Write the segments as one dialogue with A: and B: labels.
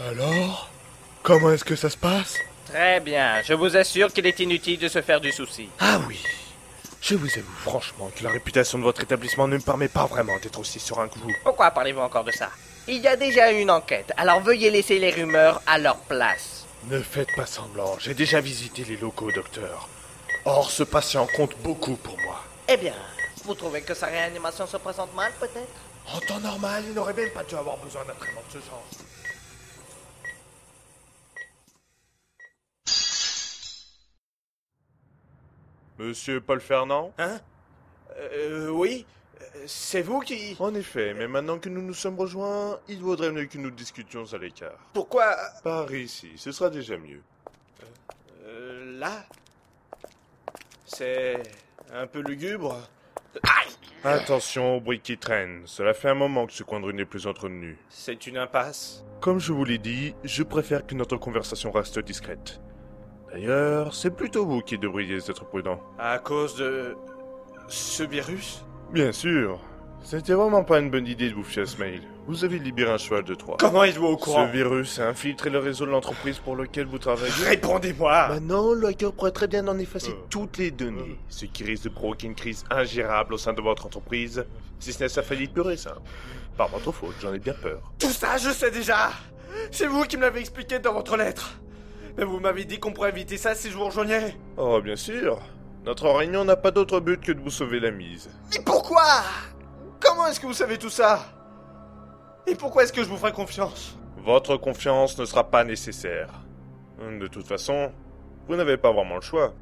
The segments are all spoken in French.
A: Alors Comment est-ce que ça se passe
B: Très bien, je vous assure qu'il est inutile de se faire du souci.
A: Ah oui Je vous avoue franchement que la réputation de votre établissement ne me permet pas vraiment d'être aussi sur un clou.
B: Pourquoi parlez-vous encore de ça Il y a déjà eu une enquête, alors veuillez laisser les rumeurs à leur place.
A: Ne faites pas semblant, j'ai déjà visité les locaux, docteur. Or, ce patient compte beaucoup pour moi.
B: Eh bien, vous trouvez que sa réanimation se présente mal, peut-être
A: En temps normal, il n'aurait même pas dû avoir besoin d'un traitement de ce genre.
C: Monsieur Paul Fernand
D: Hein Euh, oui Euh, C'est vous qui...
C: En effet, mais maintenant que nous nous sommes rejoints, il vaudrait mieux que nous discutions à l'écart.
D: Pourquoi...
C: Par ici, ce sera déjà mieux.
D: Euh, là C'est... un peu lugubre.
C: Attention au bruit qui traîne, cela fait un moment que ce coin de rue n'est plus entretenu.
D: C'est une impasse.
C: Comme je vous l'ai dit, je préfère que notre conversation reste discrète. D'ailleurs, c'est plutôt vous qui devriez être prudent.
D: À cause de... ce virus
C: Bien sûr, c'était vraiment pas une bonne idée de vous fier à ce mail. Vous avez libéré un cheval de Troie.
D: Comment êtes-vous au courant
C: Ce virus a infiltré le réseau de l'entreprise pour lequel vous travaillez.
D: Répondez-moi
C: Maintenant, Bah le hacker pourrait très bien en effacer
D: Euh.
C: toutes les données,
D: Euh.
C: ce qui risque de provoquer une crise ingérable au sein de votre entreprise, si ce n'est sa faillite pure et simple. Par votre faute, j'en ai bien peur.
D: Tout ça, je sais déjà C'est vous qui me l'avez expliqué dans votre lettre Mais vous m'avez dit qu'on pourrait éviter ça si je vous rejoignais
C: Oh, bien sûr. Notre réunion n'a pas d'autre but que de vous sauver la mise.
D: Mais pourquoi Comment est-ce que vous savez tout ça Et pourquoi est-ce que je vous ferai confiance
C: Votre confiance ne sera pas nécessaire. De toute façon, vous n'avez pas vraiment le choix.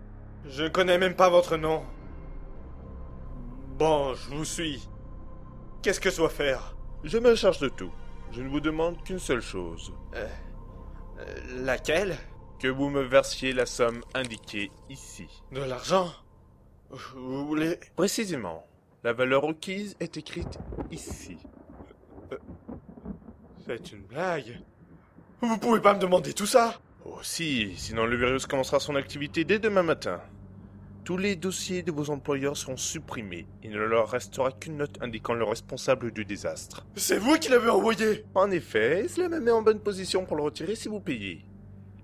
D: Je connais même pas votre nom. Bon, je vous suis. Qu'est-ce que je dois faire
C: Je me charge de tout. Je ne vous demande qu'une seule chose.
D: Euh, Laquelle
C: Que vous me versiez la somme indiquée ici.
D: De l'argent Vous voulez
C: Précisément, la valeur requise est écrite ici.
D: C'est une blague. Vous pouvez pas me demander tout ça
C: Oh si, sinon le virus commencera son activité dès demain matin. Tous les dossiers de vos employeurs seront supprimés. Il ne leur restera qu'une note indiquant le responsable du désastre.
D: C'est vous qui l'avez envoyé
C: En effet, cela me met en bonne position pour le retirer si vous payez.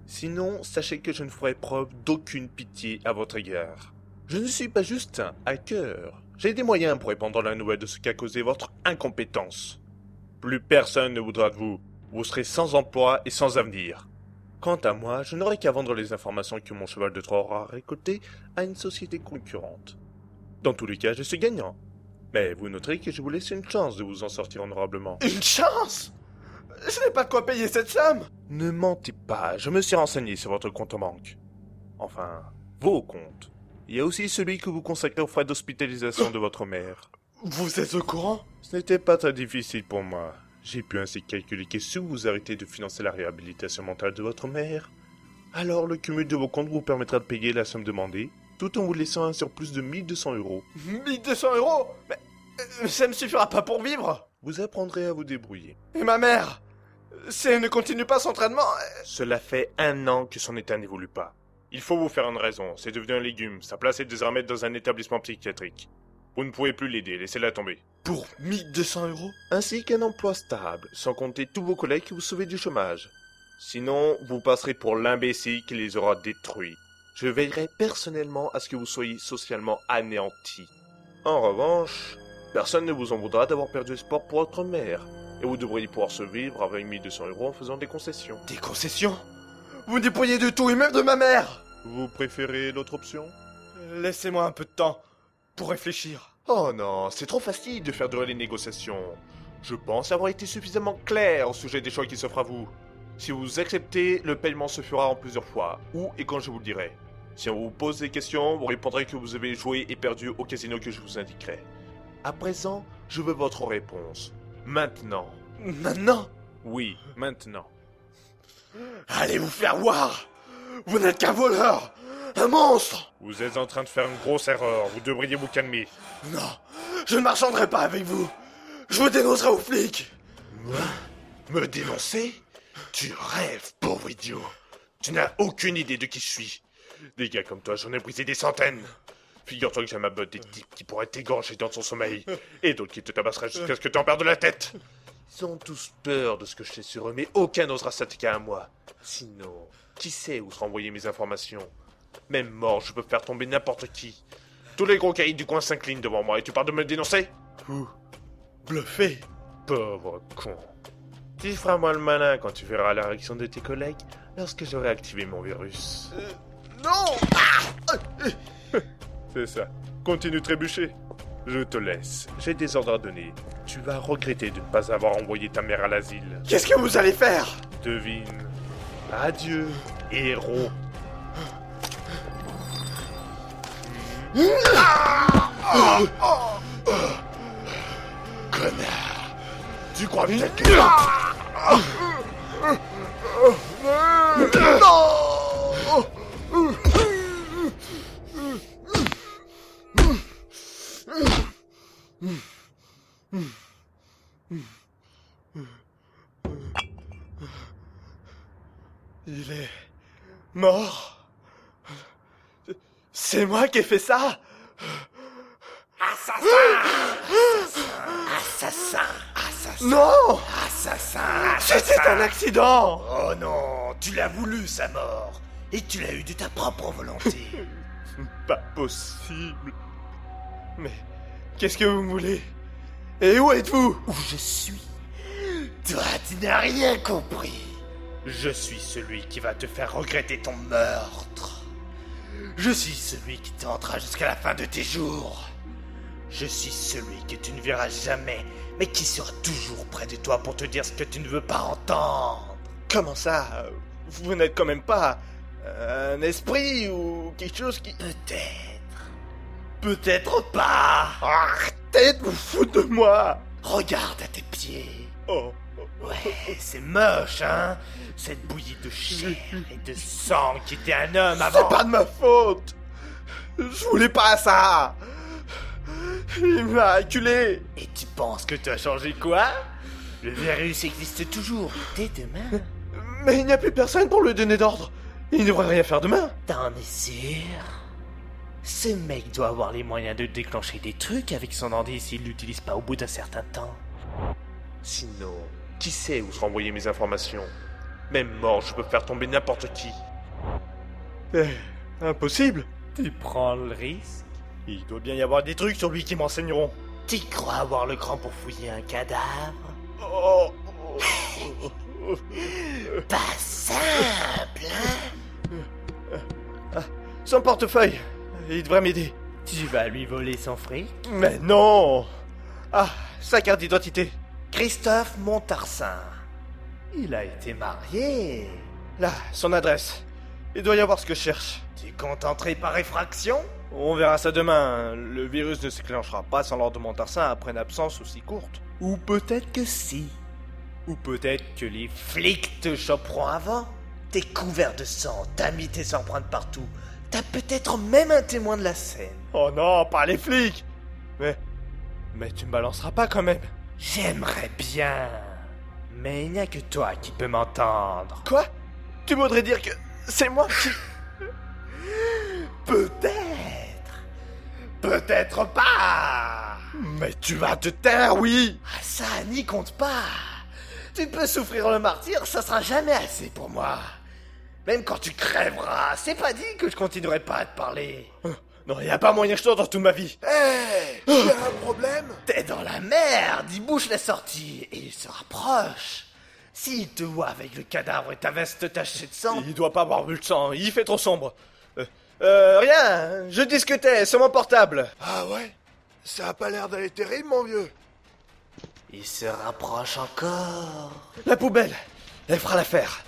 C: Sinon, sachez que je ne ferai preuve d'aucune pitié à votre égard. Je ne suis pas juste un hacker. J'ai des moyens pour répandre la nouvelle de ce qu'a causé votre incompétence. Plus personne ne voudra de vous. Vous serez sans emploi et sans avenir. Quant à moi, je n'aurai qu'à vendre les informations que mon cheval de Troie aura récoltées à une société concurrente. Dans tous les cas, je suis gagnant. Mais vous noterez que je vous laisse une chance de vous en sortir honorablement.
D: Une chance Je n'ai pas de quoi payer cette somme
C: Ne mentez pas, je me suis renseigné sur votre compte en banque. Enfin, vos comptes. Il y a aussi celui que vous consacrez aux frais d'hospitalisation de votre mère.
D: Vous êtes au courant
C: Ce n'était pas très difficile pour moi. J'ai pu ainsi calculer que si vous arrêtez de financer la réhabilitation mentale de votre mère, alors le cumul de vos comptes vous permettra de payer la somme demandée, tout en vous laissant un surplus de 1200 euros.
D: 1200 euros Mais euh, ça me suffira pas pour vivre
C: Vous apprendrez à vous débrouiller.
D: Et ma mère Si elle ne continue pas son traitement, euh,
C: Cela fait un an que son état n'évolue pas. Il faut vous faire une raison, c'est devenu un légume, sa place est désormais dans un établissement psychiatrique. Vous ne pouvez plus l'aider, laissez-la tomber.
D: pour 1200 euros
C: Ainsi qu'un emploi stable, sans compter tous vos collègues qui vous sauvez du chômage. Sinon, vous passerez pour l'imbécile qui les aura détruits. Je veillerai personnellement à ce que vous soyez socialement anéantis. En revanche, personne ne vous en voudra d'avoir perdu espoir pour votre mère, et vous devriez pouvoir se vivre avec 1200 euros en faisant des concessions.
D: Des concessions Vous me dépouillez de tout et même de ma mère
C: Vous préférez l'autre option
D: Laissez-moi un peu de temps pour réfléchir.
C: Oh non, c'est trop facile de faire durer les négociations. Je pense avoir été suffisamment clair au sujet des choix qui s'offrent à vous. Si vous acceptez, le paiement se fera en plusieurs fois, où et quand je vous le dirai. Si on vous pose des questions, vous répondrez que vous avez joué et perdu au casino que je vous indiquerai. À présent, je veux votre réponse. Maintenant.
D: Maintenant
C: Oui, maintenant.
D: Allez vous faire voir Vous n'êtes qu'un voleur Un monstre
C: Vous êtes en train de faire une grosse erreur, vous devriez vous calmer.
D: Non, je ne marchanderai pas avec vous Je vous dénoncerai aux flics
C: Me dénoncer Tu rêves, pauvre idiot. Tu n'as aucune idée de qui je suis. Des gars comme toi, j'en ai brisé des centaines. Figure-toi que j'ai ma botte des types qui pourraient t'égorger dans son sommeil, et d'autres qui te tabasseraient jusqu'à ce que t'en perdes la tête.
D: Ils ont tous peur de ce que je sais sur eux, mais aucun n'osera s'attaquer à moi. Sinon, qui sait où seront envoyées mes informations Même mort, je peux faire tomber n'importe qui. Tous les gros caïds du coin s'inclinent devant moi et tu pars de me dénoncer
E: Vous bluffez
D: Pauvre con. Tu feras moins le malin quand tu verras la réaction de tes collègues lorsque j'aurai activé mon virus.
B: Non
D: C'est ça. Continue de trébucher. Je te laisse. J'ai des ordres à donner. Tu vas regretter de ne pas avoir envoyé ta mère à l'asile.
B: Qu'est-ce que vous allez faire
D: Devine. Adieu, héros.
E: Tu crois
D: Mmh.
E: peut-être que...
B: Il est mort C'est moi qui ai fait ça
C: Assassin Assassin Assassin
B: Non
C: Assassin
B: C'était un accident
C: Oh non Tu l'as voulu, sa mort Et tu l'as eu de ta propre volonté
D: Pas possible.
B: Mais qu'est-ce que vous voulez Et où êtes-vous
C: Où je suis Toi, tu n'as rien compris
E: Je suis celui qui va te faire regretter ton meurtre. Je suis celui qui t'entra jusqu'à la fin de tes jours. Je suis celui que tu ne verras jamais, mais qui sera toujours près de toi pour te dire ce que tu ne veux pas entendre.
B: Comment ça Vous n'êtes quand même pas un esprit ou quelque chose qui...
C: Peut-être.
B: Peut-être
C: Pas
B: Arrêtez de vous foutre de moi
C: Regarde à tes pieds
B: Oh,
C: Ouais, c'est moche, hein Cette bouillie de chair et de sang qui était un homme
B: c'est
C: avant.
B: pas de ma faute Je voulais pas ça Il m'a acculé
C: Et tu penses que tu as changé quoi Le virus existe toujours. Dès demain,
B: Mais il n'y a plus personne pour lui donner d'ordre Il ne devrait rien faire demain
C: t'en es sûr Ce mec doit avoir les moyens de déclencher des trucs avec son ordi s'il l'utilise pas au bout d'un certain temps.
D: Sinon, qui sait où seront envoyées mes informations Même mort, je peux faire tomber n'importe qui.
B: Eh, Impossible
C: Tu prends le risque
E: Il doit bien y avoir des trucs sur lui qui m'enseigneront.
C: Tu crois avoir le cran pour fouiller hein? un cadavre
D: Oh,
C: Pas simple, hein
B: Son portefeuille Il devrait m'aider
C: Tu vas lui voler son fric
D: Eh,
B: Mais non Ah, sa carte d'identité
C: Christophe Montarsin. Il a été marié.
B: Là, son adresse. Il doit y avoir ce que je cherche.
C: Tu comptes entrer par effraction
B: On verra ça demain. Le virus ne s'éclenchera pas sans l'ordre de Montarsin après une absence aussi courte.
C: Ou peut-être que si.
B: Ou peut-être que les...
C: Flics te choperont avant. T'es couvert de sang, t'as mis tes empreintes partout. T'as peut-être même un témoin de la scène.
B: Oh non, pas les flics Mais... Mais tu me balanceras pas quand même
C: J'aimerais bien. Mais il n'y a que toi qui peux m'entendre.
B: Quoi Tu voudrais dire que... C'est moi qui...
C: Peut-être. Peut-être pas.
B: Mais tu vas te taire, oui
C: Ah ça, n'y compte pas. Tu peux souffrir le martyr, ça sera jamais assez pour moi. Même quand tu crèveras, c'est pas dit que je continuerai pas à te parler.
B: Non, y a pas moyen que je t'entende toute ma vie
C: Hé y a un problème T'es dans la merde Il bouche la sortie et il se rapproche. S'il te voit avec le cadavre et ta veste tachée de sang,
B: Il doit pas avoir vu le sang, il fait trop sombre. Euh, euh, rien, je discutais sur mon portable.
E: Ah ouais Ça a pas l'air d'aller terrible, mon vieux.
C: il se rapproche encore.
B: La poubelle, elle fera l'affaire.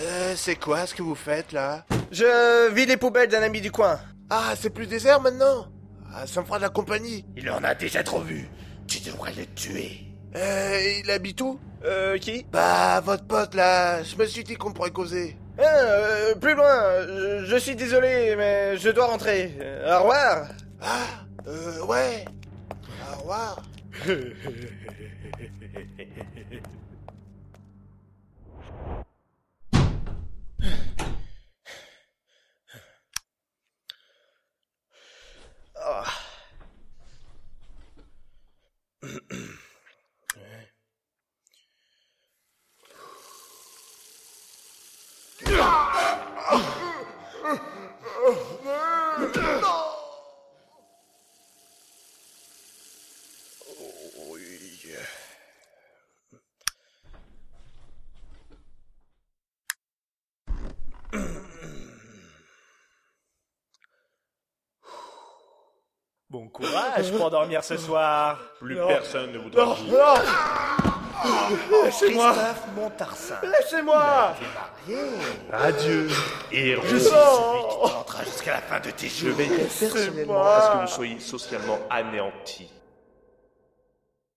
E: Euh, c'est quoi ce que vous faites, là
B: Je vis les poubelles d'un ami du coin.
E: Ah, c'est plus désert, maintenant Ah, ça me fera de la compagnie.
C: Il en a déjà trop vu. Tu devrais le tuer.
E: Euh, il habite où
B: Euh, qui
E: Bah, votre pote, là, je me suis dit qu'on pourrait causer.
B: Ah, euh, Plus loin, je, je suis désolé, mais je dois rentrer. Euh, au revoir.
E: Ah, euh, ouais. Au revoir.
D: Bon courage pour dormir ce soir.
C: Plus personne ne voudra vous.
B: Laissez-moi Christophe Montarcin,
D: Laissez-moi
C: Adieu, héros.
A: Je suis celui qui tentera jusqu'à la fin de tes
C: Je
A: jours.
C: veillerai personnellement à ce que vous soyez socialement anéantis.